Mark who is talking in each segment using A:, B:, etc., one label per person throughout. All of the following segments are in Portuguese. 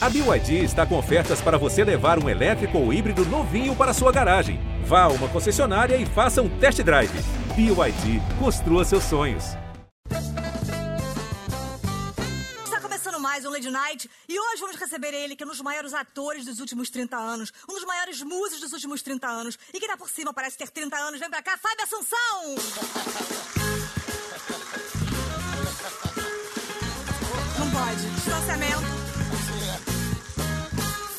A: A BYD está com ofertas para você levar um elétrico ou híbrido novinho para sua garagem. Vá a uma concessionária e faça um test drive. BYD, construa seus sonhos.
B: Está começando mais um Lady Night e hoje vamos receber ele, que é um dos maiores atores dos últimos 30 anos, um dos maiores musos dos últimos 30 anos e que ainda por cima parece ter 30 anos. Vem pra cá, Fábio Assunção! Não pode, distanciamento.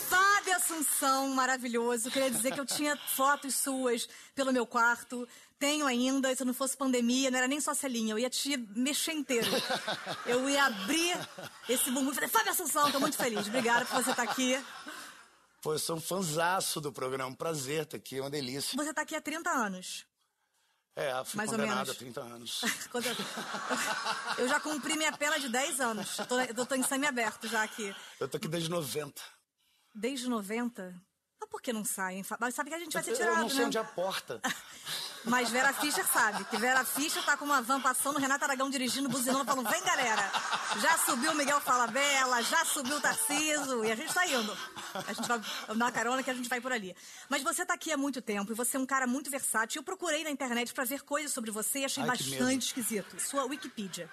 B: Fábio Assunção, maravilhoso. Queria dizer que eu tinha fotos suas pelo meu quarto. Tenho ainda, se não fosse pandemia, não era nem só selinha, eu ia te mexer inteiro. Eu ia abrir esse bumbum e falei, Fábio Assunção, tô muito feliz. Obrigada por você estar aqui.
C: Pô, eu sou um fanzaço do programa. Um prazer estar aqui, é uma delícia.
B: Você está aqui há 30 anos.
C: É, fui
B: Mais ou
C: condenado
B: menos.
C: há 30 anos.
B: Quando eu, eu já cumpri minha pena de 10 anos. Eu tô, eu tô em semi-aberto já aqui.
C: Eu tô aqui desde 90.
B: Desde 90. Mas por que não sai, hein? Fá- Mas sabe que a gente vai ser
C: eu
B: tirado,
C: não sei
B: né?
C: onde é a porta.
B: Mas Vera Fischer sabe que Vera Fischer tá com uma van passando, Renato Aragão dirigindo, buzinando, falando: vem galera! Já subiu Miguel Falabella, já subiu o Tarciso, e a gente tá indo. A gente vai dar uma carona que a gente vai por ali. Mas você tá aqui há muito tempo e você é um cara muito versátil. Eu procurei na internet pra ver coisas sobre você e achei
C: Ai, que medo. Tá.
B: bastante esquisito. Sua Wikipedia.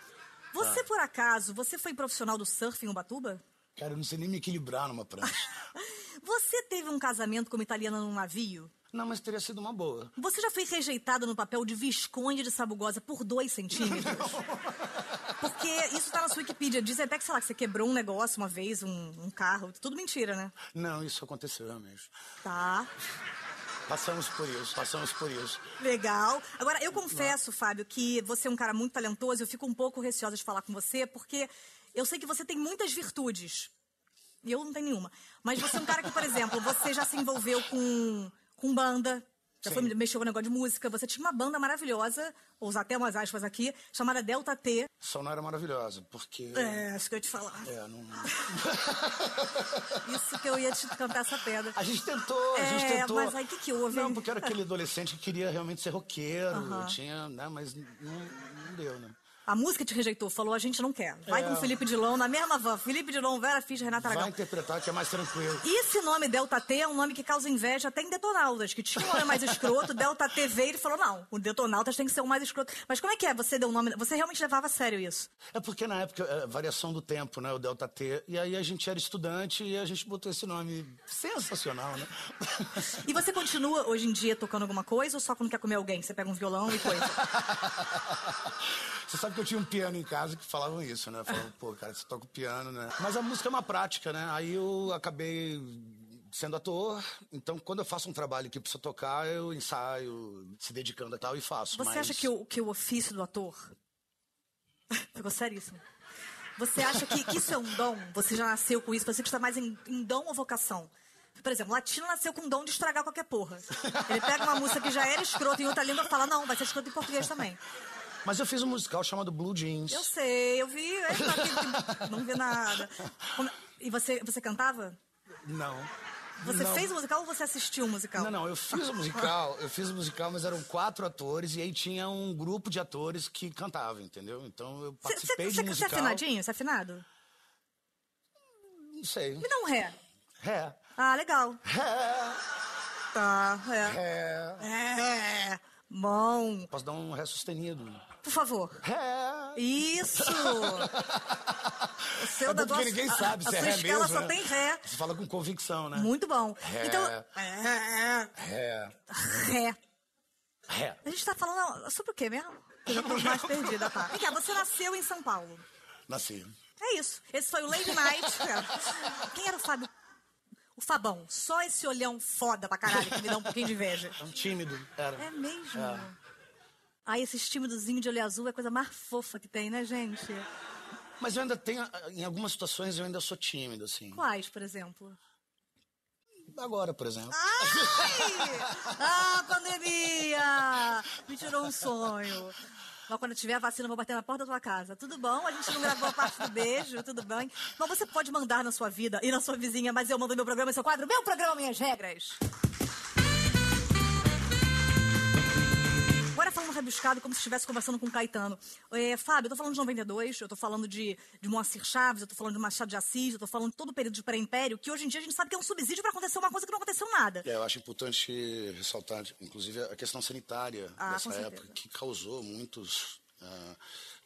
B: Você, por acaso, você foi profissional do surf em Ubatuba?
C: Cara, eu não sei nem me equilibrar numa prancha.
B: Você teve um casamento como italiana num navio?
C: Não, mas teria sido uma boa.
B: Você já foi rejeitada no papel de Visconde de Sabugosa por dois centímetros? Porque isso tá na sua Wikipedia. Diz até que, sei lá, que você quebrou um negócio uma vez, um, um carro. Tudo mentira, né?
C: Não, isso aconteceu mesmo.
B: Tá.
C: Passamos por isso, passamos por isso.
B: Legal. Agora, eu confesso, Fábio, que você é um cara muito talentoso. Eu fico um pouco receosa de falar com você, porque eu sei que você tem muitas virtudes. E eu não tenho nenhuma. Mas você é um cara que, por exemplo, você já se envolveu com, com banda. Já foi,
C: Sim.
B: mexeu com negócio de música. Você tinha uma banda maravilhosa, vou usar até umas aspas aqui, chamada Delta T.
C: Só não era é maravilhosa, porque.
B: É, acho que eu ia te falar.
C: É, não.
B: Isso que eu ia te cantar essa pedra.
C: A gente tentou, a gente
B: É,
C: tentou.
B: mas aí o que que houve?
C: Não, porque eu era aquele adolescente que queria realmente ser roqueiro, tinha, né, mas não, não deu, né?
B: A música te rejeitou, falou, a gente não quer. Vai
C: É.
B: com Felipe Dilon, na mesma van. Felipe Dilon, Vera Fischer, Renata Aragão.
C: Vai interpretar que é mais tranquilo.
B: E esse nome Delta T é um nome que causa inveja até em Detonautas, que tinha um nome mais escroto, Delta T veio e falou, não, o Detonautas tem que ser o mais escroto. Mas como é que é? Você deu um nome... Você realmente levava a sério isso?
C: É porque na época, é, variação do tempo, né? O Delta T. E aí a gente era estudante e a gente botou esse nome sensacional, né?
B: E você continua, hoje em dia, tocando alguma coisa ou só quando quer comer alguém? Você pega um violão e coisa?
C: Você sabe que eu tinha um piano em casa que falavam isso, né? Falavam, pô, cara, você toca o piano, né? Mas a música é uma prática, né? Aí eu acabei sendo ator, então quando eu faço um trabalho que precisa tocar, eu ensaio, se dedicando a tal e faço.
B: Você
C: mas...
B: acha que o, que o ofício do ator... Ficou seríssimo. Você acha que, que isso é um dom? Você já nasceu com isso? Você está mais em, em dom ou vocação? Por exemplo, latino nasceu com o dom de estragar qualquer porra. Ele pega uma música que já era escrota em outra língua e fala, não, vai ser escroto em português também.
C: Mas eu fiz um musical chamado Blue Jeans.
B: Eu sei, eu vi. é, tá aqui, não vi nada. Como- E você, você cantava?
C: Não.
B: Você
C: não.
B: fez o musical ou você assistiu o musical?
C: Não, não, eu fiz o musical, eu fiz o musical, mas eram quatro atores e aí tinha um grupo de atores que cantava, entendeu? Então eu
B: Você- Você
C: participei
B: você-
C: de
B: você é
C: musical.
B: afinadinho? Você é afinado?
C: Não sei.
B: Me dá um ré.
C: Ré.
B: Ah, legal.
C: Ré.
B: Tá, é.
C: Ré.
B: É. Bom.
C: Posso dar um ré sustenido.
B: Por favor.
C: Ré.
B: Isso! O seu
C: É bom
B: negócio-
C: porque ninguém
B: a-
C: sabe
B: a,
C: se é
B: sua
C: ré
B: escala
C: mesmo,
B: só
C: né?
B: tem ré.
C: Você fala com convicção, né?
B: Muito bom.
C: Ré.
B: Então. É.
C: Ré.
B: Ré.
C: Ré.
B: A gente tá falando sobre o quê mesmo? Eu já tô mais perdida, tá? Vem cá, você nasceu em São Paulo.
C: Nasci.
B: É isso. Esse foi o Lady Night. Quem era o Fábio? O Fabão. Só esse olhão foda pra caralho que me dá um pouquinho de inveja.
C: Um tímido. Era.
B: É mesmo?
C: Ah.
B: Ai, esses tímidozinhos de olho azul é a coisa mais fofa que tem, né, gente?
C: Mas eu ainda tenho, em algumas situações eu ainda sou tímido, assim.
B: Quais, por exemplo?
C: Agora, por exemplo.
B: Ai! Ah, pandemia! Me tirou um sonho. Mas quando tiver a vacina, eu vou bater na porta da tua casa. Tudo bom? A gente não gravou a parte do beijo, tudo bem. Mas você pode mandar na sua vida e na sua vizinha, mas eu mando meu programa, seu quadro, meu programa, minhas regras. Agora falando rebuscado, um como se estivesse conversando com o Caetano. É, Fábio, eu tô falando de 92, eu tô falando de, de Moacir Chaves, eu tô falando de Machado de Assis, eu tô falando de todo o período de pré-império, que hoje em dia a gente sabe que é um subsídio para acontecer uma coisa que não aconteceu nada.
C: É, eu acho importante ressaltar, inclusive, a questão sanitária
B: Ah, com
C: dessa
B: certeza.
C: época, que causou muitos ah,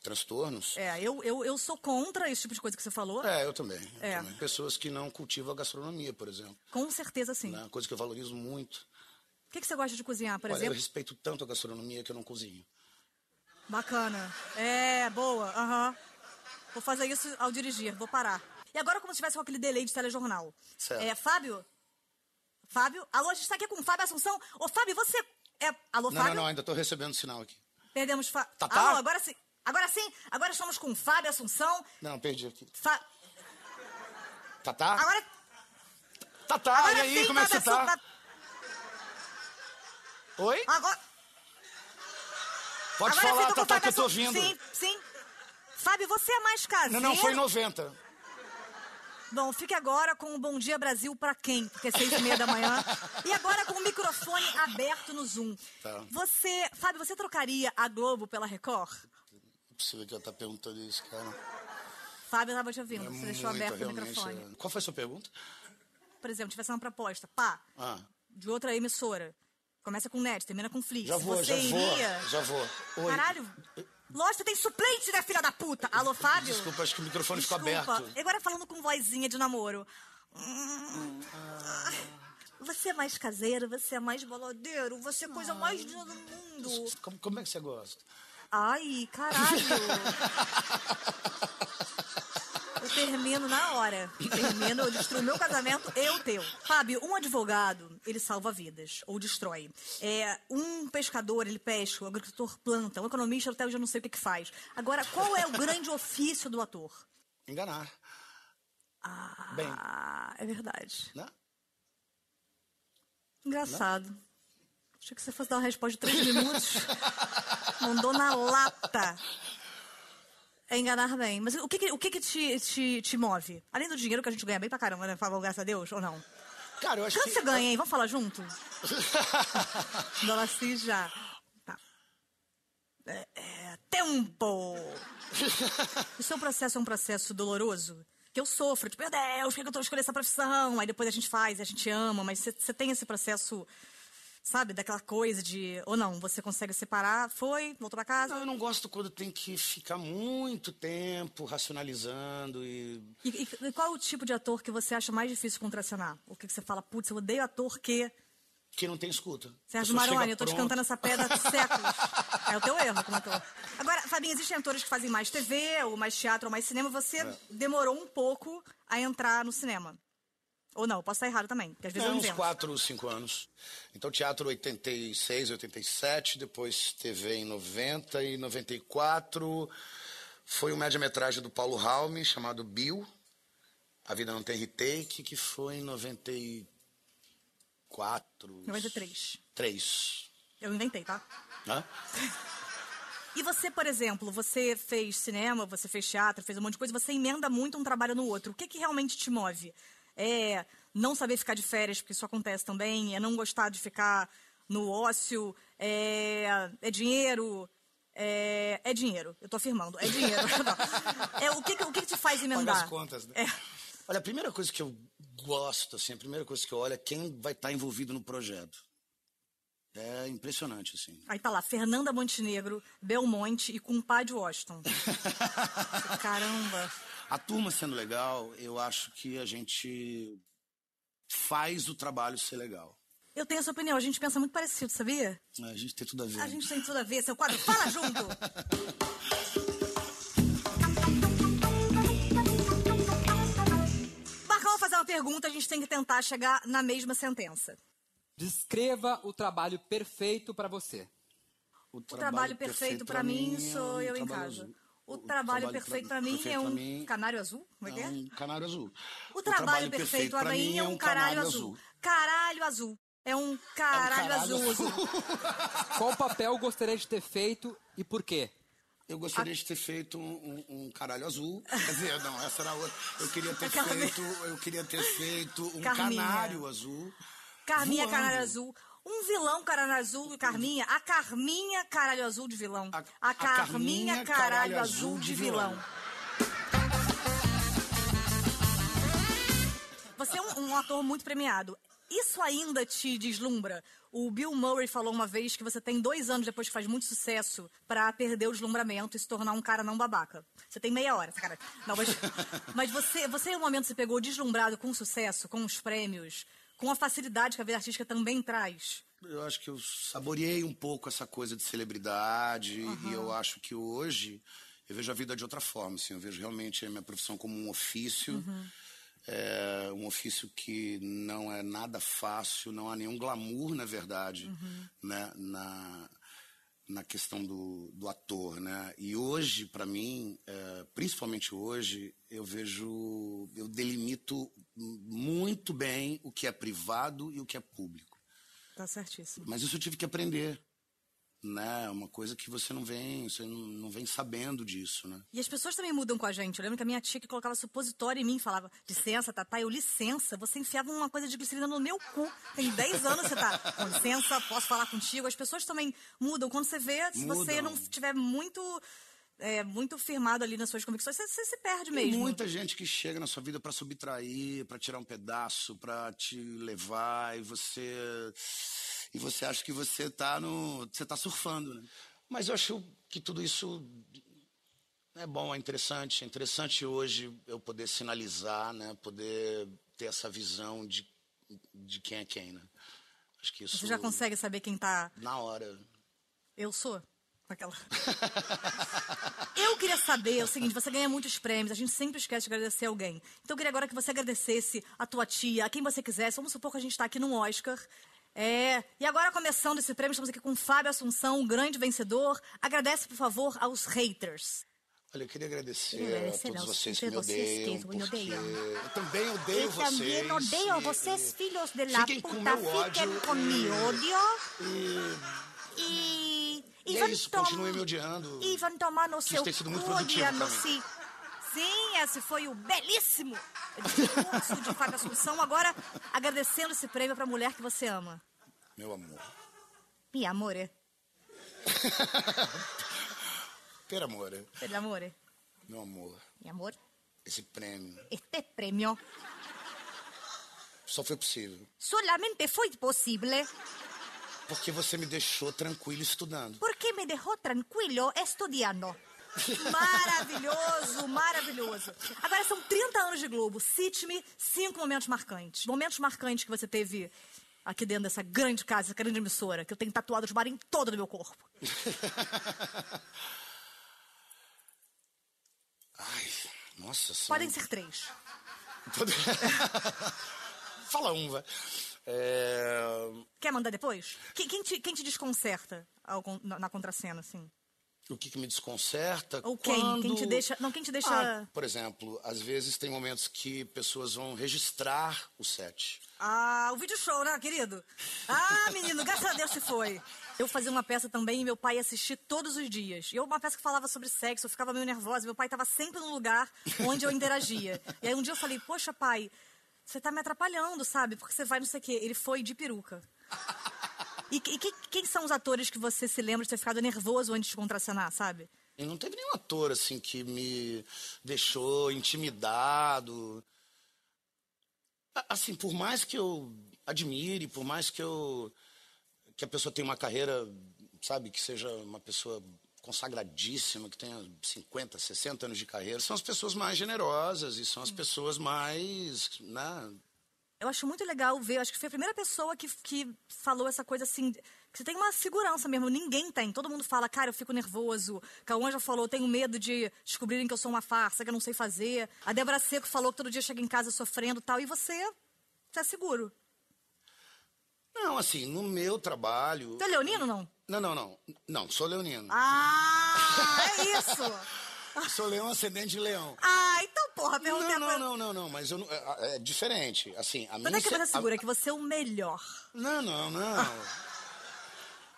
C: transtornos.
B: É, eu, eu, eu sou contra esse tipo de coisa que você falou.
C: É, eu também. eu
B: É.
C: também. Pessoas que não cultivam a gastronomia, por exemplo.
B: Com certeza sim.
C: Né? Coisa que eu valorizo muito.
B: O que, que você gosta de cozinhar, por
C: Olha, eu
B: exemplo?
C: respeito tanto a gastronomia que eu não cozinho.
B: Bacana. É, boa. Aham. Vou fazer isso ao dirigir, vou parar. E agora, como se tivesse com aquele delay de telejornal.
C: Certo.
B: É, Fábio? Fábio? Alô, a gente está aqui com o Fábio Assunção. Ô, Fábio, você. É... Alô,
C: Não,
B: Fábio?
C: não, não, ainda estou recebendo sinal aqui.
B: Perdemos Fábio.
C: Tá, tá?
B: Alô, agora sim. Agora sim, agora estamos com o Fábio Assunção.
C: Não, perdi aqui.
B: Fá-
C: Tatá?
B: Agora.
C: Tatá,
B: agora
C: e aí,
B: sim,
C: como é que você
B: Fábio
C: tá?
B: Assunção-
C: Oi?
B: Agora.
C: Pode
B: Ah, agora sim,
C: falar,
B: tô com o
C: Tatá, que
B: Fábio
C: eu tô
B: Assun-
C: ouvindo.
B: Sim, sim. Fábio, você é mais caseiro.
C: Não, não, foi em 90.
B: Bom, fique agora com o Bom Dia Brasil pra quem? Porque é seis e meia da manhã. E agora com o microfone aberto no Zoom.
C: Tá.
B: Você, Fábio, você trocaria a Globo pela Record?
C: Não é possível que eu tá perguntando isso, cara.
B: Fábio, eu tava te ouvindo,
C: É
B: você deixou
C: muito,
B: aberto o
C: realmente,
B: microfone.
C: é. Qual foi a sua pergunta?
B: Por exemplo, tivesse uma proposta, pá,
C: Ah,
B: de outra emissora. Começa com NET, termina com Flix.
C: já vou,
B: você
C: já vou.
B: iria...
C: Já vou. Oi.
B: Caralho, lógico, você tem suplente, né, filha da puta? Alô, Fábio?
C: Desculpa, acho que o microfone ficou
B: Desculpa.
C: aberto.
B: E Agora falando com vozinha de namoro. Hum. Você é mais caseiro, você é mais baladeiro, você é a coisa mais linda do mundo.
C: Como, como é que você gosta?
B: Ai, caralho. Eu termino na hora. Termino, eu destruo meu casamento, eu teu. Fábio, um advogado, ele salva vidas, ou destrói. É, um pescador, ele pesca, o agricultor planta, um economista até hoje eu não sei o que, que faz. Agora, qual é o grande ofício do ator?
C: Enganar. Bem,
B: Ah, é verdade.
C: né?
B: Engraçado. Achei que você fosse dar uma resposta de três minutos. Mandou na lata. É enganar bem. Mas o que, que- o que, que te, te, te move? Além do dinheiro que a gente ganha bem pra caramba, né? Fala, graças a Deus, ou não?
C: Cara, eu acho
B: Quanto
C: que...
B: você ganha, hein? Vamos falar junto? Dona Cis já. Tá. É, é, tempo! O seu processo é um processo doloroso? Que eu sofro, tipo, meu Deus, por que que eu tô escolhendo essa profissão? Aí depois a gente faz, a gente ama, mas você- você tem esse processo, sabe, daquela coisa de. Ou não, você consegue separar, foi, voltou pra casa.
C: Não, eu não gosto quando tem que ficar muito tempo racionalizando e.
B: E, e- e qual o tipo de ator que você acha mais difícil contracionar? O que, que você fala, putz, eu odeio ator que.
C: que não tem escuta.
B: Sérgio
C: A pessoa
B: Maroni,
C: chega
B: eu tô te
C: pronta.
B: cantando essa pedra há séculos. É o teu erro como ator. Agora, Fabinho, existem atores que fazem mais TV, ou mais teatro, ou mais cinema. Você
C: É.
B: demorou um pouco a entrar no cinema. Ou não, posso estar errado também, porque às vezes
C: É,
B: eu não
C: uns
B: vendo.
C: 4, 5 anos. Então, teatro 86, 87, depois TV em 90 e 94. Foi um média-metragem do Paulo Raume, chamado Bill. A Vida Não Tem Retake, que foi em 94.
B: 93.
C: 3.
B: Eu inventei, tá?
C: Né?
B: E você, por exemplo, você fez cinema, você fez teatro, fez um monte de coisa, você emenda muito um trabalho no outro. O que, que realmente te move? É não saber ficar de férias, porque isso acontece também, é não gostar de ficar no ócio, é, é dinheiro. É, é dinheiro, eu tô afirmando, é dinheiro. Não. é, o que, que- o que, que te faz emendar?
C: Paga as contas, né?
B: É.
C: Olha, a primeira coisa que eu gosto, assim, a primeira coisa que eu olho é quem vai estar envolvido no projeto. É impressionante, assim.
B: Aí tá lá, Fernanda Montenegro, Belmonte e Compadre Washington. Caramba.
C: A turma sendo legal, eu acho que a gente faz o trabalho ser legal. né?
B: Eu tenho essa opinião, a gente pensa muito parecido, sabia?
C: A gente tem tudo a ver.
B: A gente tem tudo a ver, seu quadro Fala Junto! Marcão, vou fazer uma pergunta, a gente tem que tentar chegar na mesma sentença.
D: Descreva o trabalho perfeito para você.
C: O
B: O trabalho perfeito pra mim
C: é
B: é
C: um
B: sou eu em casa. O trabalho perfeito pra mim é um canário azul? Como é que
C: é
B: é?
C: um canário azul.
B: O trabalho perfeito pra mim é um caralho azul. Caralho azul. É um caralho azul. azul.
D: Qual papel gostaria de ter feito e por quê?
C: Eu
B: Ah.
C: gostaria de ter feito um, um- um caralho azul. Quer dizer, não, essa era outra. Eu queria ter
B: Aquela
C: feito, eu queria ter feito um
B: Carminha.
C: canário azul.
B: Carminha
C: voando.
B: Canário Azul. Um vilão caralho azul, Carminha. A Carminha caralho azul de vilão.
C: A-
B: A,
C: a
B: Carminha caralho, azul de vilão. Você é um, um ator muito premiado. Isso ainda te deslumbra? O Bill Murray falou uma vez que você tem dois anos depois que faz muito sucesso pra perder o deslumbramento e se tornar um cara não babaca. Você tem meia hora, cara. Não, mas, mas você, você em um momento se pegou deslumbrado com o sucesso, com os prêmios, com a facilidade que a vida artística também traz.
C: Eu acho que eu saboreei um pouco essa coisa de celebridade e eu acho que hoje eu vejo a vida de outra forma. Assim, eu vejo realmente a minha profissão como um ofício, é, um ofício que não é nada fácil, não há nenhum glamour, na verdade, né, na, na questão do, do ator. Né? E hoje, para mim, é, principalmente hoje, eu vejo, eu delimito muito bem o que é privado e o que é público.
B: Tá certíssimo.
C: Mas isso eu tive que aprender, né? É uma coisa que você não vem, você não, não vem sabendo disso, né?
B: E as pessoas também mudam com a gente. Eu lembro que a minha tia que colocava supositório em mim falava: licença, Tatá, eu licença. Você enfiava uma coisa de glicerina no meu cu. Tem 10 anos você tá. Com licença, posso falar contigo. As pessoas também mudam. Quando você vê, se você
C: Mudam.
B: não estiver muito. é, muito firmado ali nas suas convicções, você, você se perde mesmo.
C: Muita gente que chega na sua vida pra subtrair, pra tirar um pedaço, pra te levar e você e você acha que você tá no, você tá surfando, né? Mas eu acho que tudo isso é bom, é interessante, é interessante hoje eu poder sinalizar, né, poder ter essa visão de, de quem é quem, né? Acho que isso
B: Você já consegue saber quem tá.
C: na hora
B: Eu sou? Aquela. Eu queria saber o seguinte, você ganha muitos prêmios, a gente sempre esquece de agradecer alguém. Então eu queria agora que você agradecesse a tua tia, a quem você quisesse. Vamos supor que a gente está aqui num Oscar. É, e agora começando esse prêmio, estamos aqui com o Fábio Assunção, o grande vencedor. Agradece, por favor, aos haters.
C: Olha, eu queria agradecer,
E: Queria agradecer
C: a todos
E: aos-
C: vocês que me
E: vocês que
C: odeiam,
E: me
C: porque
E: odeiam.
C: eu também odeio
E: Eu
C: vocês.
E: también odio a
C: e-
E: vocês,
C: e-
E: filhos de la
C: Fiquem com
E: puta.
C: meu ódio
E: Fiquen con mi
C: e-
E: odio.
C: e-
E: Y.
C: E é isso, continuem me odiando.
E: E vão tomar no seu
C: ter sido muito
E: cu,
C: produtivo pra mim.
E: se
B: assim. Sim, esse foi o belíssimo discurso de Fábio Assunção. Agora agradecendo esse prêmio para a mulher que você ama.
C: Meu amor,
B: Mi amore,
C: per amor,
B: per amore,
C: meu amor,
E: Mi amor,
C: esse prêmio
E: este premio
C: só foi possível
E: solamente foi posible
C: porque você me deixou tranquilo estudando.
E: porque me dejó tranquilo estudiando.
B: Maravilhoso, maravilhoso. Agora são 30 anos de Globo. Cite-me cinco momentos marcantes. Momentos marcantes que você teve aqui dentro dessa grande casa, essa grande emissora, que eu tenho tatuado de bar em todo o meu corpo.
C: Ai, nossa são-
B: Podem ser três.
C: Todo- Fala um, vai. É...
B: Quer mandar depois? Quem, quem te, quem te desconcerta ao con- na, na contracena, assim?
C: O que, que me desconcerta?
B: Ou quem?
C: quando-
B: Quem te deixa- não, quem te deixa-
C: Ah, por exemplo, às vezes tem momentos que pessoas vão registrar o set.
B: Ah, o vídeo show, né, querido? Ah, menino, graças a Deus se foi. Eu fazia uma peça também e meu pai assistia todos os dias. E eu, uma peça que falava sobre sexo, eu ficava meio nervosa. Meu pai estava sempre no lugar onde eu interagia. E aí um dia eu falei, poxa, pai, você tá me atrapalhando, sabe? Porque você vai não sei o quê. Ele foi de peruca. E, que- e que- quem são os atores que você se lembra de ter ficado nervoso antes de contracenar, sabe?
C: E não teve nenhum ator assim que me deixou intimidado. A- Assim, por mais que eu admire, por mais que eu que a pessoa tenha uma carreira, sabe, que seja uma pessoa consagradíssima, que tenha 50, 60 anos de carreira, são as pessoas mais generosas e são as pessoas mais, né,
B: Eu acho muito legal ver, eu acho que foi a primeira pessoa que, que falou essa coisa assim, que você tem uma segurança mesmo, ninguém tem. Todo mundo fala, cara, eu fico nervoso. Cauã já falou, eu tenho medo de descobrirem que eu sou uma farsa, que eu não sei fazer. A Débora Seco falou que todo dia chega em casa sofrendo e tal, e você, você é seguro.
C: Não, assim, no meu trabalho.
B: Tu é leonino, não?
C: Não, não, não. Não, sou leonino.
B: Ah, é isso!
C: Sou leão ascendente de leão.
B: Ah, então, porra,
C: Não,
B: perguntei a
C: não,
B: coisa.
C: não, não, não, mas eu não, é, é diferente. Assim, a
B: Mas
C: minha.
B: não é que você é
C: se- a-
B: seguro, é que você é o melhor.
C: Não, não, não.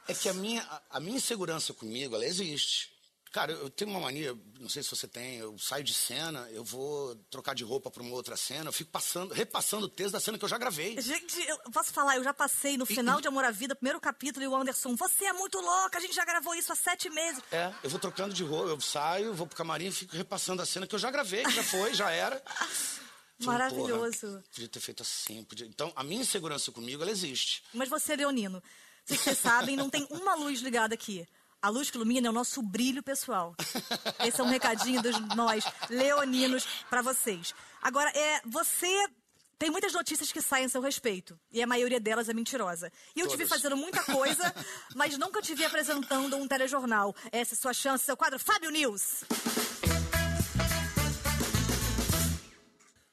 C: É que a minha, a- a minha insegurança comigo, ela existe. Cara, eu tenho uma mania, não sei se você tem, eu saio de cena, eu vou trocar de roupa pra uma outra cena, eu fico passando, repassando o texto da cena que eu já gravei.
B: Gente, eu posso falar, eu já passei no final de Amor à Vida, primeiro capítulo, e o Anderson, você é muito louca, a gente já gravou isso há sete meses.
C: É, eu vou trocando de roupa, eu saio, vou pro camarim e fico repassando a cena que eu já gravei, que já foi, já era. Falei,
B: Maravilhoso.
C: porra, Podia ter feito assim. Podia... Então, a minha insegurança comigo, ela existe.
B: Mas você é leonino. Vocês que sabem, não tem uma luz ligada aqui. A luz que ilumina é o nosso brilho pessoal. Esse é um recadinho dos nós, leoninos, pra vocês. Agora, é, você tem muitas notícias que saem a seu respeito. E a maioria delas é mentirosa. E eu te vi
C: Todas.
B: fazendo muita coisa, mas nunca te vi apresentando um telejornal. Essa é sua chance, seu quadro Fábio News.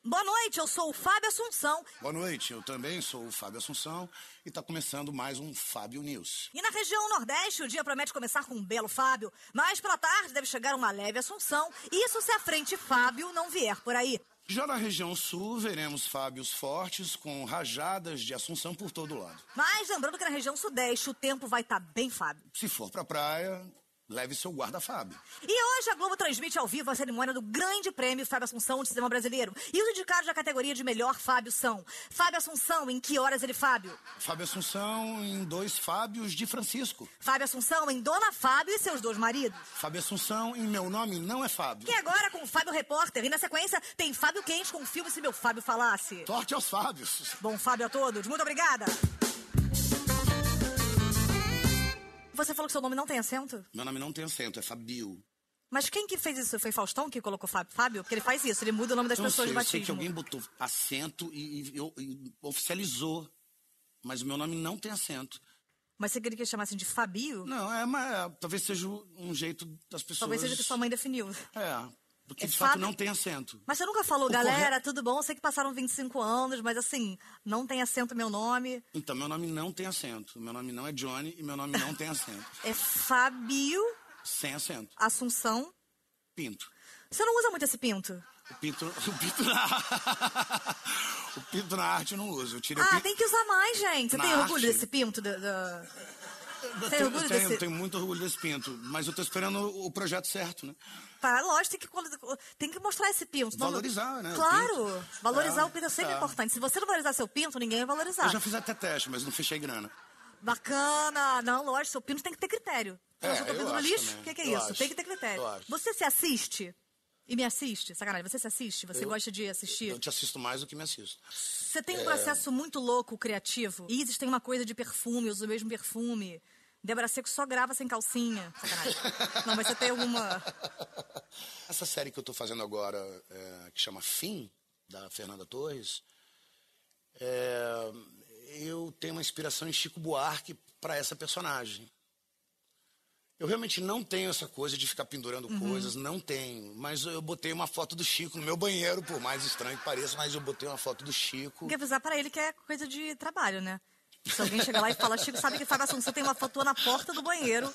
B: Boa noite, eu sou o Fábio Assunção
C: Boa noite, eu também sou o Fábio Assunção e tá começando mais um Fábio News.
B: E na região Nordeste, o dia promete começar com um belo Fábio, mas pela tarde deve chegar uma leve assunção, isso se a frente Fábio não vier por aí.
C: Já na região sul, veremos Fábios fortes com rajadas de Assunção por todo lado.
B: Mas lembrando que na região Sudeste o tempo vai estar bem Fábio.
C: Se for pra praia, leve seu guarda-fábio.
B: E hoje a Globo transmite ao vivo a cerimônia do Grande Prêmio Fábio Assunção de Cinema Brasileiro. E os indicados da categoria de melhor Fábio são Fábio Assunção, em que horas ele Fábio?
C: Fábio Assunção em dois Fábios de Francisco.
B: Fábio Assunção, em Dona Fábio e seus dois maridos.
C: Fábio Assunção em Meu Nome Não É Fábio.
B: E agora com o Fábio Repórter. E na sequência tem Fábio Quente com o filme Se Meu Fábio Falasse.
C: Sorte aos Fábios.
B: Bom Fábio a todos, muito obrigada. Você falou que seu nome não tem acento?
C: Meu nome não tem acento, é Fabio.
B: Mas quem que fez isso? Foi Faustão que colocou Fábio? Fábio? Porque ele faz isso, ele muda o nome das
C: Eu não
B: pessoas
C: sei,
B: de
C: eu sei que
B: batismo.
C: alguém botou acento e, e- e- e oficializou. Mas o meu nome não tem acento.
B: Mas você queria que chamassem de Fabio?
C: Não, é, mas é, talvez seja um jeito das pessoas.
B: Talvez seja o que sua mãe definiu.
C: É, porque
B: É
C: de fato
B: Fábio?
C: não tem acento.
B: Mas você nunca falou,
C: O
B: galera,
C: correto-
B: tudo bom? Eu sei que passaram 25 anos, mas assim, não tem acento meu nome.
C: Então, meu nome não tem acento. Meu nome não é Johnny e meu nome não tem acento.
B: É Fábio
C: Sem acento.
B: Assunção.
C: Pinto.
B: Você não usa muito esse pinto?
C: O pinto, o pinto na... o pinto na arte eu não uso. Eu tirei o
B: Ah,
C: pinto...
B: tem que usar mais, gente. Você
C: Na
B: tem orgulho
C: arte?
B: desse pinto? da- da-
C: Eu
B: tem
C: tenho-
B: orgulho
C: eu tenho,
B: desse-
C: tenho muito orgulho desse pinto, mas eu tô esperando o o projeto certo, né?
B: Tá, lógico, tem que, colo- tem que mostrar esse pinto. senão-
C: Valorizar, né, o
B: Claro,
C: pinto.
B: valorizar
C: É,
B: o pinto é sempre
C: é.
B: importante. Se você não valorizar seu pinto, ninguém vai valorizar.
C: Eu já fiz até teste, mas não fechei grana.
B: Bacana, não, lógico, seu pinto tem que ter critério.
C: É,
B: eu sou teu
C: eu
B: pinto no
C: acho
B: lixo?
C: também.
B: O que, que é
C: Eu
B: isso?
C: acho.
B: Tem que ter critério.
C: Eu acho.
B: Você se assiste? E me assiste? Sacanagem, você se assiste? Você
C: Eu-
B: gosta de assistir?
C: Eu te É. assisto mais do que me assisto.
B: Você tem um processo muito louco, criativo. Isis tem uma coisa de perfume, usa o mesmo perfume. Débora Seco só grava sem calcinha. Sacanagem. não, mas você tem alguma.
C: Essa série que eu tô fazendo agora, é, que chama Fim, da Fernanda Torres, é, eu tenho uma inspiração em Chico Buarque para essa personagem. Eu realmente não tenho essa coisa de ficar pendurando
B: Uhum.
C: coisas, não tenho. Mas eu botei uma foto do Chico no meu banheiro, por mais estranho que pareça, mas eu botei uma foto do Chico.
B: Tem que avisar pra ele que é coisa de trabalho, né? Se alguém chegar lá e fala, Chico, sabe que Fábio Assunção tem uma foto na porta do banheiro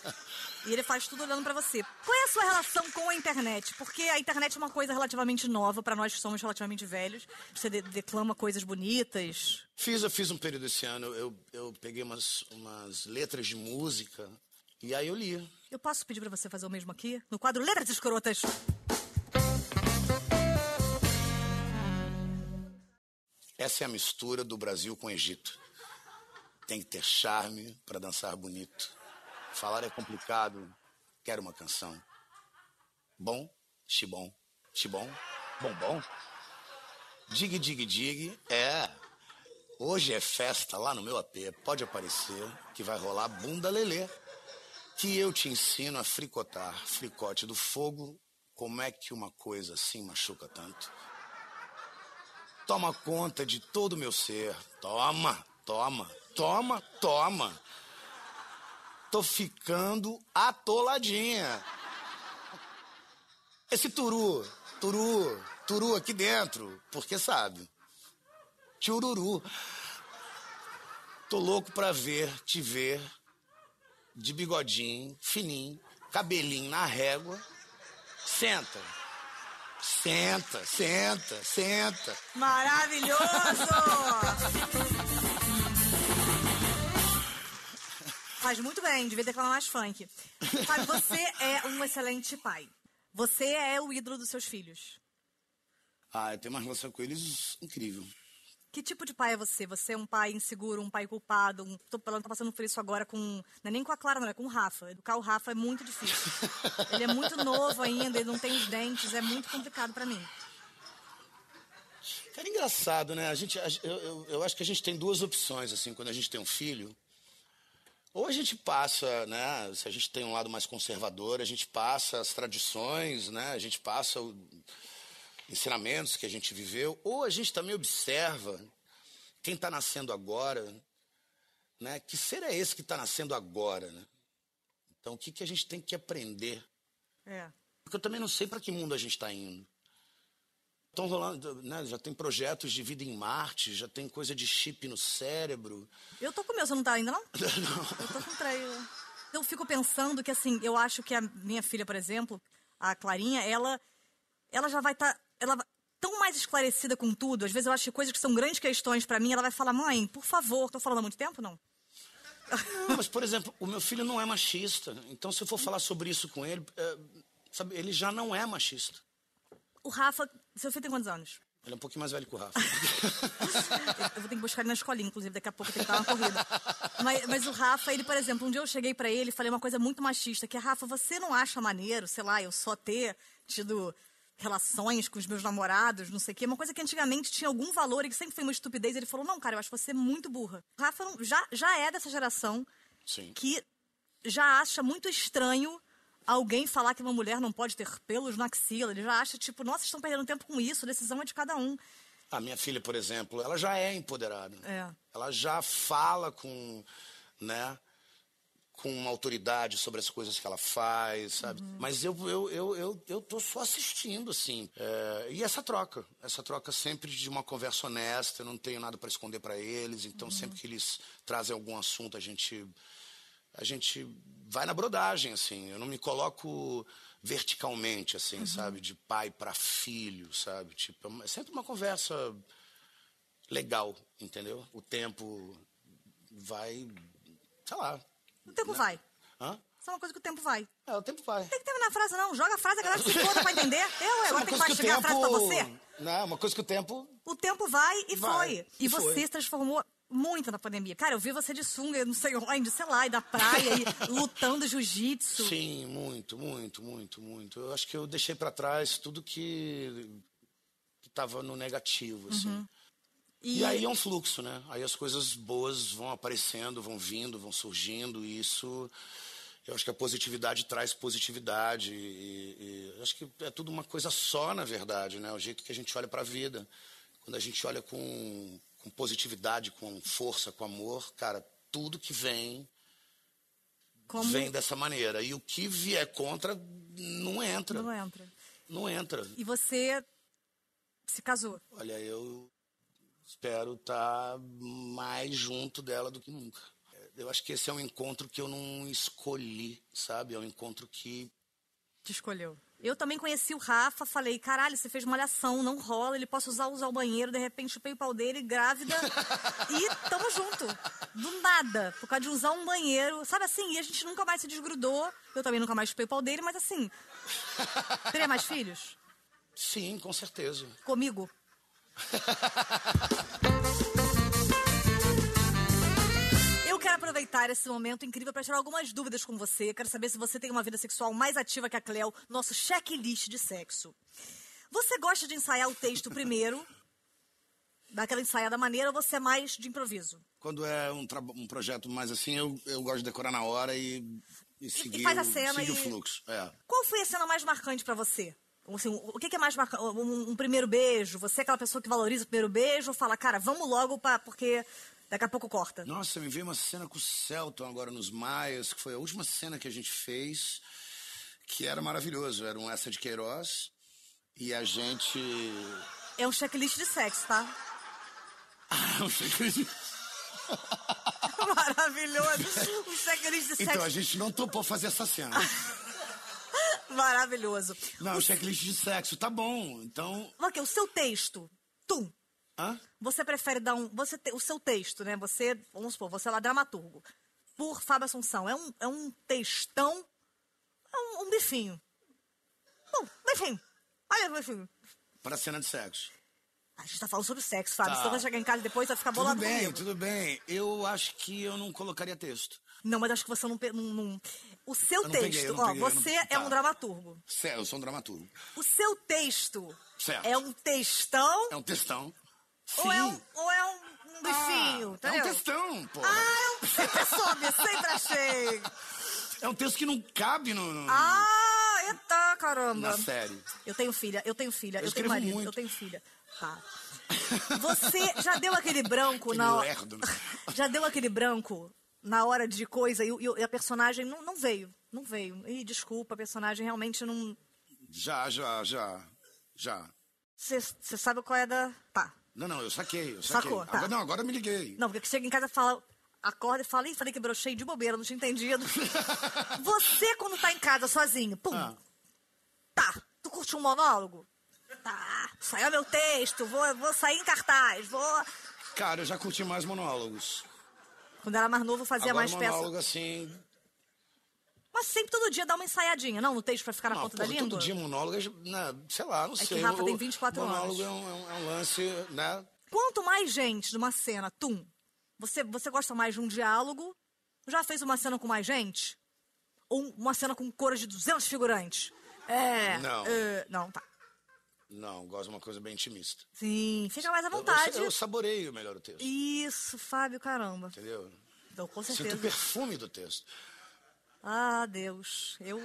B: e ele faz tudo olhando pra você. Qual é a sua relação com a internet? Porque a internet é uma coisa relativamente nova pra nós que somos relativamente velhos. Você de- declama coisas bonitas.
C: Fiz, eu fiz um período esse ano, eu, eu peguei umas, umas letras de música e aí eu li.
B: Eu posso pedir pra você fazer o mesmo aqui? No quadro Letras Escrotas.
C: Essa é a mistura do Brasil com o Egito. Tem que ter charme para dançar bonito. Falar é complicado. Quero uma canção. Bom, chibom, chibom, bombom. Dig, dig, dig. É. Hoje é festa lá no meu AP. Pode aparecer que vai rolar bunda lelê. Que eu te ensino a fricotar. Fricote do fogo. Como é que uma coisa assim machuca tanto? toma conta de todo o meu ser. Toma, toma, toma, toma. Tô ficando atoladinha. Esse turu, turu, turu aqui dentro, porque sabe. Tchururu. Tô louco pra ver, te ver, de bigodinho, fininho, cabelinho na régua. Senta, senta, senta, senta.
B: Maravilhoso! Faz muito bem, devia declamar mais funk. Fábio, você é um excelente pai. Você é o ídolo dos seus filhos.
C: Ah, eu tenho uma relação com eles incrível.
B: Que tipo de pai é você? Você é um pai inseguro, um pai culpado? Um... Tô tô passando por isso agora com. Não é nem com a Clara, não, é com o Rafa. Educar o Rafa é muito difícil. ele é muito novo ainda, ele não tem os dentes, é muito complicado pra mim.
C: Cara, engraçado, né? A gente, a- eu, eu, eu acho que a gente tem duas opções, assim, quando a gente tem um filho. Ou a gente passa, né? Se a gente tem um lado mais conservador, a gente passa as tradições, né? A gente passa os ensinamentos que a gente viveu. Ou a gente também observa quem está nascendo agora, né? Que ser é esse que está nascendo agora, né? Então, o que, que a gente tem que aprender?
B: É.
C: Porque eu também não sei para que mundo a gente está indo. Estão rolando, né? Já tem projetos de vida em Marte, já tem coisa de chip no cérebro.
B: Eu tô com o meu, você não tá ainda, não? Eu tô com três. Eu fico pensando que, assim, eu acho que a minha filha, por exemplo, a Clarinha, ela, ela já vai estar. ela va- tão mais esclarecida com tudo. Às vezes eu acho que coisas que são grandes questões pra mim, ela vai falar, mãe, por favor, tô falando há muito tempo, não?
C: Não, mas, por exemplo, o meu filho não é machista. Então, se eu for falar sobre isso com ele, é, sabe, ele já não é machista.
B: O Rafa, seu filho tem quantos anos?
C: Ele é um pouquinho mais velho que o Rafa.
B: Eu vou ter que buscar ele na escolinha, inclusive, daqui a pouco tem que dar uma corrida. Mas, mas o Rafa, ele, por exemplo, um dia eu cheguei pra ele e falei uma coisa muito machista, que é, Rafa, você não acha maneiro, sei lá, eu só ter tido relações com os meus namorados, não sei o quê, uma coisa que antigamente tinha algum valor e que sempre foi uma estupidez. Ele falou, não, cara, eu acho você muito burra. O Rafa não- já, já é dessa geração
C: Sim.
B: que já acha muito estranho alguém falar que uma mulher não pode ter pelos na axila. Ele já acha, tipo, nossa, estão perdendo tempo com isso, a decisão é de cada um.
C: A minha filha, por exemplo, ela já é empoderada.
B: É.
C: Ela já fala com, né, com uma autoridade sobre as coisas que ela faz, sabe? Mas eu, eu, eu, eu, eu tô só assistindo, assim. É, e essa troca, essa troca sempre de uma conversa honesta, eu não tenho nada para esconder para eles, então sempre que eles trazem algum assunto, a gente a gente vai na brodagem, assim. Eu não me coloco verticalmente, assim, sabe? De pai para filho, sabe? Tipo, é uma- é sempre uma conversa legal, entendeu? O tempo vai, sei lá.
B: O tempo vai.
C: Hã?
B: Isso é uma coisa que o tempo vai. Não
C: É, o tempo vai.
B: tem que terminar a frase, não. Joga a frase, a galera se foda pra entender. Eu,
C: Isso é uma
B: agora tem que
C: coisa o
B: mastigar a frase pra você.
C: Não, é uma coisa que o tempo...
B: O tempo vai e
C: Vai,
B: foi. E
C: e
B: você
C: foi.
B: se transformou muito na pandemia. Cara, eu vi você de sunga, não sei onde, sei lá, e da praia, e lutando jiu-jitsu.
C: Sim, muito, muito, muito, muito. Eu acho que eu deixei pra trás tudo que, que tava no negativo, assim.
B: Uhum.
C: E... aí é um fluxo, né? Aí as coisas boas vão aparecendo, vão vindo, vão surgindo, e isso. Eu acho que a positividade traz positividade. E, e eu acho que é tudo uma coisa só, na verdade, né? O jeito que a gente olha para a vida. Quando a gente olha com, com positividade, com força, com amor, cara, tudo que vem,
B: como
C: vem dessa maneira. E o que vier contra, não entra.
B: não é. entra.
C: Não entra.
B: E você se casou.
C: Olha, eu espero estar mais junto dela do que nunca. Eu acho que esse é um encontro que eu não escolhi, sabe? É um encontro que.
B: Te escolheu. Eu também conheci o Rafa, falei, caralho, você fez malhação, não rola, ele possa usar, usar o banheiro, de repente chupei o pau dele, grávida, e tamo junto. Do nada, por causa de usar um banheiro, sabe assim, e a gente nunca mais se desgrudou, eu também nunca mais chupei o pau dele, mas assim, teria mais filhos?
C: Sim, com certeza.
B: Comigo? Eu quero aproveitar esse momento incrível para tirar algumas dúvidas com você. Quero saber se você tem uma vida sexual mais ativa que a Cleo, nosso checklist de sexo. Você gosta de ensaiar o texto primeiro, daquela ensaiada maneira, ou você é mais de improviso?
C: Quando é um, traba- um projeto mais assim, eu, eu gosto de decorar na hora e, e seguir,
B: faz a
C: o-
B: cena
C: seguir
B: e-
C: o fluxo. É.
B: Qual foi a cena mais marcante pra você? Ou, assim, o que que é mais marcante? Um, um primeiro beijo? Você é aquela pessoa que valoriza o primeiro beijo ou fala, cara, vamos logo pra, porque daqui a pouco corta?
C: Nossa, me veio uma cena com o Celton agora nos Maias, que foi a última cena que a gente fez, que era maravilhoso. Era um essa de Queiroz e a gente.
B: É um checklist de sexo, tá?
C: Não sei acredito.
B: Maravilhoso. Um checklist de sexo
C: Então, a gente não topou fazer essa cena.
B: Ah, maravilhoso.
C: Não, checklist de sexo, tá bom. Então.
B: Ok, o seu texto. Tum.
C: Hã?
B: Você prefere dar um. Você te- o seu texto, né? Você, vamos supor, você é lá dramaturgo. por Fábio Assunção. É um, é um textão, é um, um bifinho. Bom, enfim, olha o bifinho.
C: Pra cena de sexo.
B: A gente tá falando sobre sexo, Fábio.
C: Tá.
B: Você vai chegar em casa depois e vai ficar
C: Tudo
B: bolado
C: bem,
B: comigo.
C: tudo bem. Eu acho que eu não colocaria texto.
B: Não, mas acho que você não... pe- não, não- O seu
C: Eu não
B: texto...
C: peguei, eu não
B: ó,
C: peguei, eu não-
B: você é
C: tá.
B: um dramaturgo.
C: Sério, eu sou um dramaturgo.
B: O seu texto
C: Certo.
B: é um textão
C: É um textão.
B: ou é um, ou é um, um bifinho,
C: Ah, é um
B: entendeu?
C: textão, pô.
B: Ah, eu sempre soube, sempre achei.
C: É um texto que não cabe no, no-
B: Ah, eita, caramba.
C: na série.
B: Eu tenho filha, eu tenho filha, eu, tenho
C: Tá escrevo
B: marido,
C: muito.
B: eu tenho filha. Tá. Você já deu aquele branco na
C: Aquele lerdo, né?
B: Já deu aquele branco na hora de coisa e, o- e o- e a personagem não, não veio. Não veio. Ih, desculpa, a personagem realmente não.
C: Já, já, já. Já.
B: Você sabe qual é da. Tá.
C: Não, não, eu saquei, eu saquei.
B: Sacou, tá.
C: agora, não, agora eu me liguei.
B: Não, porque chega em casa e fala. Acorda e fala, ih, falei que brochei de bobeira, não tinha entendido. Você, quando tá em casa sozinho, pum,
C: Ah,
B: Tá, tu curte um monólogo? Tá, saiu meu texto, vou, vou sair em cartaz, vou.
C: cara, eu já curti mais monólogos.
B: Quando era mais novo, eu fazia
C: agora
B: é mais
C: monólogo,
B: peça.
C: assim,
B: Mas sempre todo dia dá uma ensaiadinha, não? No texto pra ficar na
C: Não,
B: ponta
C: ah, porra,
B: da língua?
C: Todo dia monólogo, é ju- né, sei lá, não
B: que
C: sei.
B: Rafa
C: o-
B: tem 24 anos.
C: monólogo Monólogo é, um, é um lance, né?
B: Quanto mais gente numa cena, tum, você, você gosta mais de um diálogo? Já fez uma cena com mais gente? Ou uma cena com coro de 200 figurantes? É.
C: Não.
B: é, não, tá.
C: Não, gosto de uma coisa bem intimista.
B: Sim, fica mais à
C: Eu-
B: vontade.
C: Eu, eu saboreio melhor o texto,
B: Isso, Fábio, caramba.
C: entendeu?
B: Então, com
C: Sinto o
B: certeza.
C: perfume do texto,
B: Ah, Deus. Eu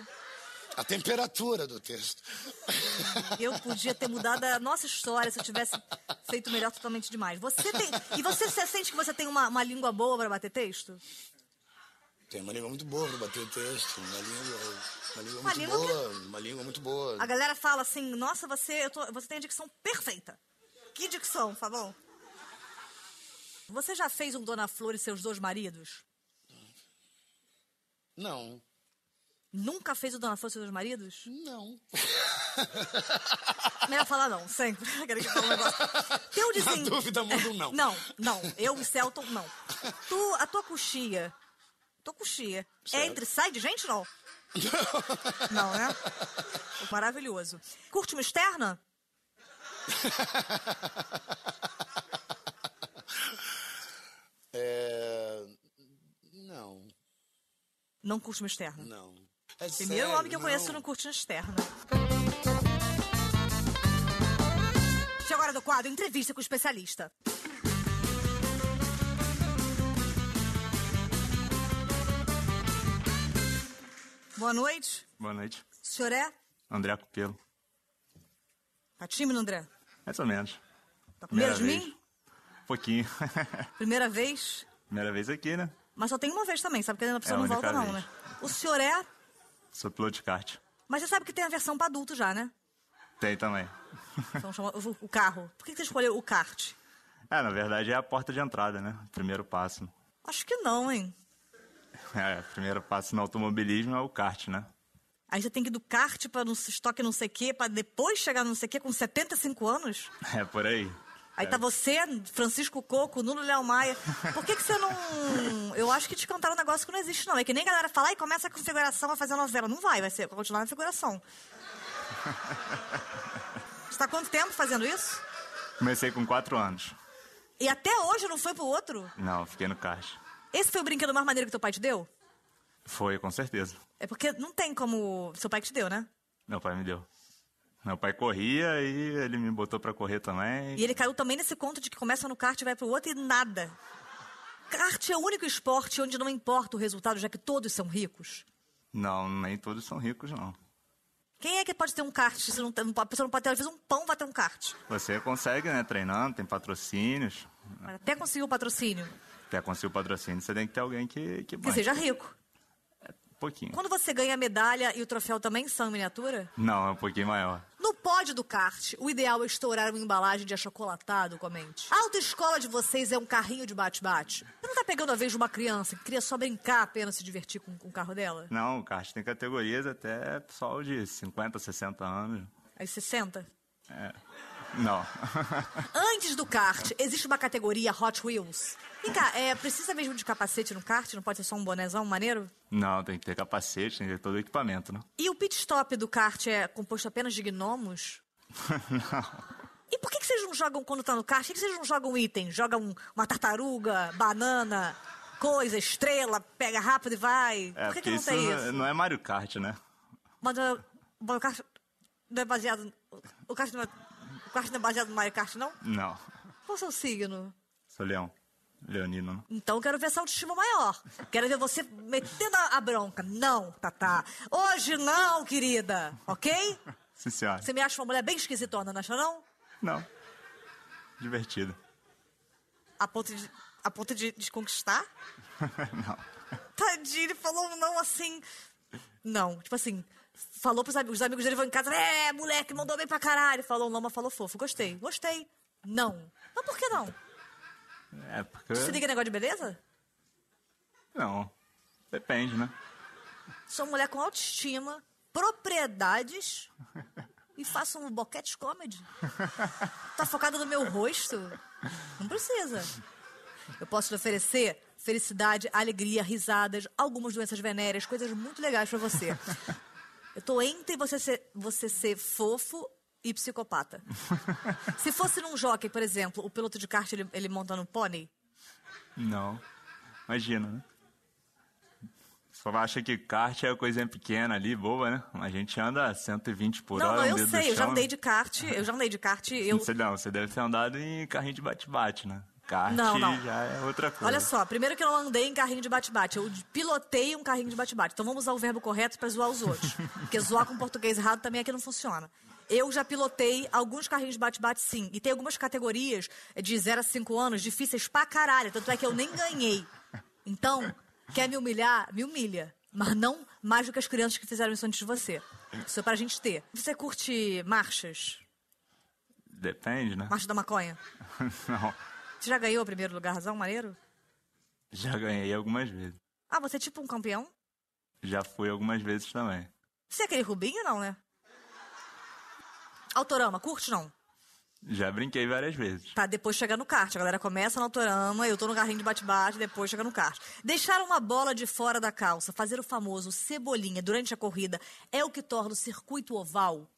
C: a temperatura do texto.
B: Eu podia ter mudado a nossa história se eu tivesse feito melhor totalmente demais. Você tem. E você, você sente que você tem uma, uma língua boa pra bater texto?
C: Tem uma língua muito boa pra bater o texto, uma língua, uma língua
B: Uma
C: muito
B: língua que-
C: boa, uma língua muito boa.
B: A galera fala assim, nossa, você, eu tô- você tem a dicção perfeita. Que dicção, Fabão? Você já fez um Dona Flor e seus dois maridos?
C: Não,
B: Nunca fez o Dona Flor e seus dois maridos?
C: não.
B: Melhor falar não, sempre. Quero que fale um negócio. Teu
C: Na
B: desen...
C: dúvida, manda um não.
B: Não, não. Eu e Celton, não. Tu, a tua coxia. Tua coxia. É
C: Certo.
B: entre sai de gente, não? Não, né? Maravilhoso. Curte uma externa?
C: É... Não,
B: Não curte uma externa.
C: não. É
B: Primeiro
C: sério,
B: homem que eu conheço não curte uma externa. Chega a hora do quadro Entrevista com o Especialista. Boa noite.
F: Boa noite.
B: O senhor é?
F: André Cupelo.
B: Tá tímido, André?
F: Mais ou menos.
B: Tá com medo de
F: Primeira
B: mim?
F: Pouquinho.
B: Primeira vez.
F: Primeira vez aqui, né?
B: Mas só tem uma vez também, sabe? Porque a pessoa
F: É a
B: não
F: única
B: volta, não, né?
F: vez.
B: O senhor é.
F: Sou piloto de kart.
B: Mas você sabe que tem a versão pra adulto já, né?
F: Tem também.
B: Então chama o o carro. Por que que você escolheu o kart?
F: É, na verdade é a porta de entrada, né? Primeiro passo.
B: Acho que não, hein?
F: É, primeiro passo no automobilismo é o kart, né?
B: Aí você tem que ir do kart pra não se estoque não sei o quê, pra depois chegar no não sei o quê com 75 anos?
F: É por aí.
B: Aí tá você, Francisco Coco, Nuno Léo Maia. Por que, que você não. Eu acho que te contaram um negócio que não existe, não. É que nem a galera fala e começa a configuração a fazer a novela. Não vai, vai ser, vai continuar na figuração. Você tá há quanto tempo fazendo isso?
F: Comecei com quatro anos.
B: E até hoje não foi pro outro?
F: Não, fiquei no kart.
B: Esse foi o brinquedo mais maneiro que teu pai te deu?
F: Foi, com certeza.
B: É porque não tem como. Seu pai que te deu, né?
F: Meu pai me deu. Meu pai corria e ele me botou pra correr também.
B: E ele caiu também nesse conto de que começa no kart e vai pro outro e nada. Kart é o único esporte onde não importa o resultado, já que todos são ricos.
F: Não, nem todos são ricos, não.
B: é um
F: né, um é um
B: é é um tá
F: Não.
B: Antes do kart, existe uma categoria Hot Wheels. Vem cá, é, precisa mesmo de capacete no kart? Não pode ser só um bonézão maneiro?
F: Não, tem que ter capacete, tem que ter todo o equipamento, né? não?
B: E o pit stop do kart é composto apenas de gnomos? E por que, que vocês não jogam quando tá no kart? Por que, que vocês não jogam item? Jogam uma tartaruga, banana, coisa, estrela, pega rápido e vai?
F: É,
B: por que, que não tem isso?
F: não é Mario Kart, né?
B: Mas o, mas o kart não é baseado. O kart não é, o kart não é baseado no Mario Kart, não?
F: Não.
B: Qual o seu signo?
F: Sou leão. Leonino, né? não?
B: Então quero ver essa autoestima maior. Quero ver você metendo a a bronca. Não, Tatá. Hoje não, querida. Ok?
F: Sim, senhora.
B: Você me acha uma mulher bem esquisitona, não acha não?
F: Não. Divertido.
B: A ponto de, a ponto de, de conquistar?
F: não.
B: Tadinho, ele falou um não assim. Não, tipo assim. Falou pros amigos, os amigos dele vão em casa, é, moleque, mandou bem pra caralho. Falou um não, mas falou fofo. Gostei, gostei. Não. Mas por que não?
F: É porque.
B: Você liga em negócio de beleza?
F: Não. Depende, né?
B: Sou mulher com autoestima, propriedades e faço um boquete comedy. Tá focada no meu rosto? Não precisa. Eu posso te oferecer felicidade, alegria, risadas, algumas doenças venéreas, coisas muito legais pra você. Eu tô entre você ser, você ser fofo e psicopata. Se fosse num jockey, por exemplo, o piloto de kart ele, ele monta no pônei,
F: Não. Imagina, né? Só acha que kart é coisinha pequena ali, boba, né? A gente anda 120 por
B: Não,
F: hora.
B: não,
F: um
B: eu
F: dedo
B: sei,
F: no
B: eu já
F: chão,
B: andei de kart, eu já andei de kart, eu...
F: Não sei não, você deve ter andado em carrinho de bate-bate, né? Kart
B: Não, não.
F: já é outra coisa.
B: Olha só, primeiro que eu não andei em carrinho de bate-bate, eu pilotei um carrinho de bate-bate. Então vamos usar o verbo correto pra zoar os outros. Porque zoar com português errado também aqui não funciona. Eu já pilotei alguns carrinhos de bate-bate, sim. E tem algumas categorias de 0 a 5 anos difíceis pra caralho. Tanto é que eu nem ganhei. Então, quer me humilhar? Me humilha. Mas não mais do que as crianças que fizeram isso antes de você. Isso é pra gente ter. Você curte marchas?
F: Depende, né?
B: Marcha da maconha?
F: Não.
B: Você já ganhou o primeiro lugarzão, maneiro?
F: Já ganhei algumas vezes.
B: Ah, você é tipo um campeão?
F: Já fui algumas vezes também.
B: Você é aquele Rubinho, não, né? Autorama, curte não?
F: Já brinquei várias vezes.
B: Tá, depois chega no kart. A galera começa no autorama, eu tô no carrinho de bate-bate, depois chega no kart. Deixar uma bola de fora da calça, fazer o famoso cebolinha durante a corrida, é o que torna o circuito oval.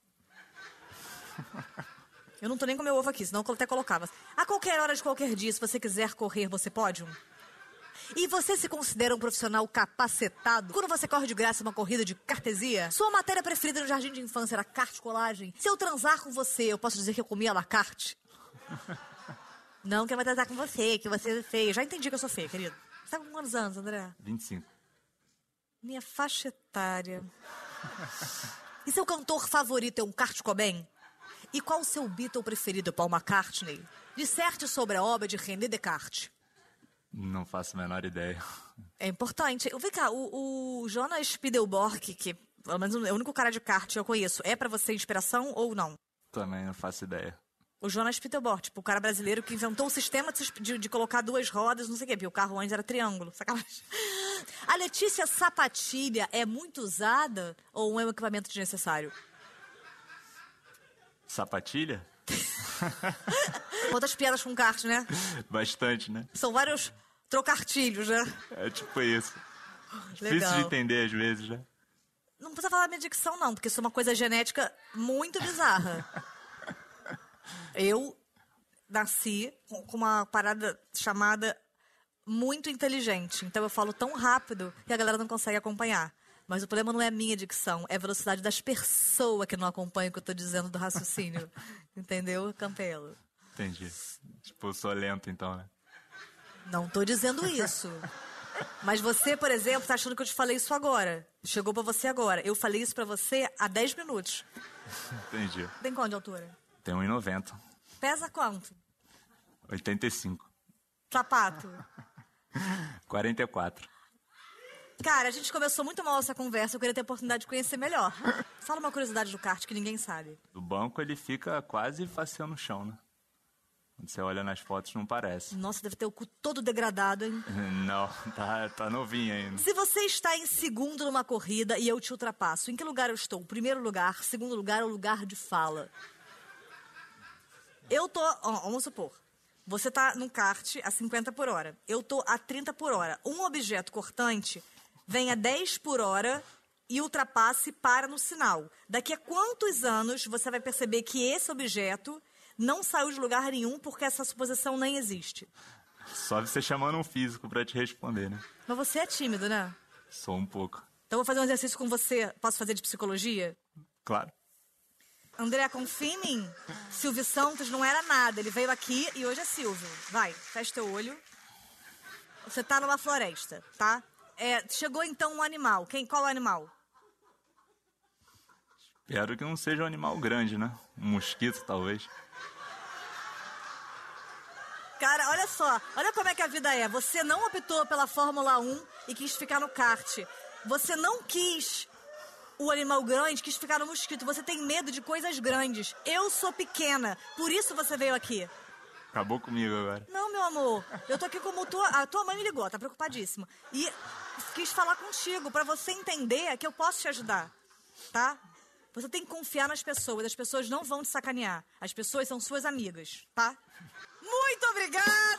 B: Eu não tô nem com meu ovo aqui, senão eu até colocava. A qualquer hora de qualquer dia, se você quiser correr, você pode? Um? E você se considera um profissional capacitado? Quando você corre de graça uma corrida de cartesia? Sua matéria preferida no jardim de infância era kart colagem? Se eu transar com você, eu posso dizer que eu comia la carte? Não, que eu vou transar com você, que você é feio. Já entendi que eu sou feia, querido. Você tá com quantos anos, André?
F: 25.
B: Minha faixa etária. E seu cantor favorito é um Kurt Cobain? E qual o seu Beatle preferido, Paul McCartney? Disserte sobre a obra de René Descartes.
F: Não faço a menor ideia.
B: É importante. Vem cá, o, o Jonas Spiegelborg, que pelo menos é o único cara de kart que eu conheço, é pra você inspiração ou não?
F: Também não faço ideia.
B: O Jonas Spiegelborg, tipo, o cara brasileiro que inventou o sistema de, sus- de- de colocar duas rodas, não sei o quê, porque o carro antes era triângulo, sacanagem. A Letícia Sapatilha é muito usada ou é um equipamento desnecessário?
F: Sapatilha?
B: Quantas piadas com kart, né?
F: Bastante, né?
B: São vários trocartilhos, né?
F: É tipo isso. Difícil de
B: Legal.
F: entender às vezes, né?
B: Não precisa falar minha dicção, não, porque isso é uma coisa genética muito bizarra. Eu nasci com com uma parada chamada muito inteligente. Então eu falo tão rápido que a galera não consegue acompanhar. Mas o problema não é a minha dicção, é a velocidade das pessoas que não acompanham o que eu tô dizendo do raciocínio. Entendeu, Campelo?
F: Entendi. Tipo, eu sou lento então, né?
B: Não tô dizendo isso. Mas você, por exemplo, tá achando que eu te falei isso agora. Chegou pra você agora. Eu falei isso pra você há 10 minutos.
F: Entendi.
B: Tem quanto de altura?
F: Tem 1,90.
B: Pesa quanto?
F: 85.
B: Sapato.
F: 44.
B: Cara, a gente começou muito mal essa conversa, eu queria ter a oportunidade de conhecer melhor. Fala uma curiosidade do kart que ninguém sabe.
F: Do banco ele fica quase faceando no chão, né? Quando você olha nas fotos não parece.
B: Nossa, deve ter o cu todo degradado, hein?
F: Não, tá, tá novinho ainda.
B: Se você está em segundo numa corrida e eu te ultrapasso, em que lugar eu estou? Primeiro lugar, segundo lugar ou lugar de fala? Eu tô, ó, vamos supor, você tá num kart a 50 por hora, eu tô a 30 por hora. Um objeto cortante vem a 10 por hora e ultrapasse e para no sinal. Daqui a quantos anos você vai perceber que esse objeto não saiu de lugar nenhum porque essa suposição nem existe?
F: Só você chamando um físico pra te responder, né?
B: Mas você é tímido, né?
F: Sou um pouco.
B: Então eu vou fazer um exercício com você. Posso fazer de psicologia?
F: Claro.
B: André, confia em mim. Silvio Santos não era nada. Ele veio aqui e hoje é Silvio. Vai, fecha teu olho. Você tá numa floresta, tá? É, chegou então um animal. Quem? Qual animal?
F: Espero que não seja um animal grande, né? Um mosquito, talvez.
B: Cara, olha só. Olha como é que a vida é. Você não optou pela Fórmula 1 e quis ficar no kart. Você não quis o animal grande, quis ficar no mosquito. Você tem medo de coisas grandes. Eu sou pequena. Por isso você veio aqui.
F: Acabou comigo agora.
B: Não, meu amor. Eu tô aqui como tua. A tua mãe me ligou, tá preocupadíssima. E quis falar contigo, pra você entender que eu posso te ajudar. Tá? Você tem que confiar nas pessoas. As pessoas não vão te sacanear. As pessoas são suas amigas, tá? Muito obrigada! é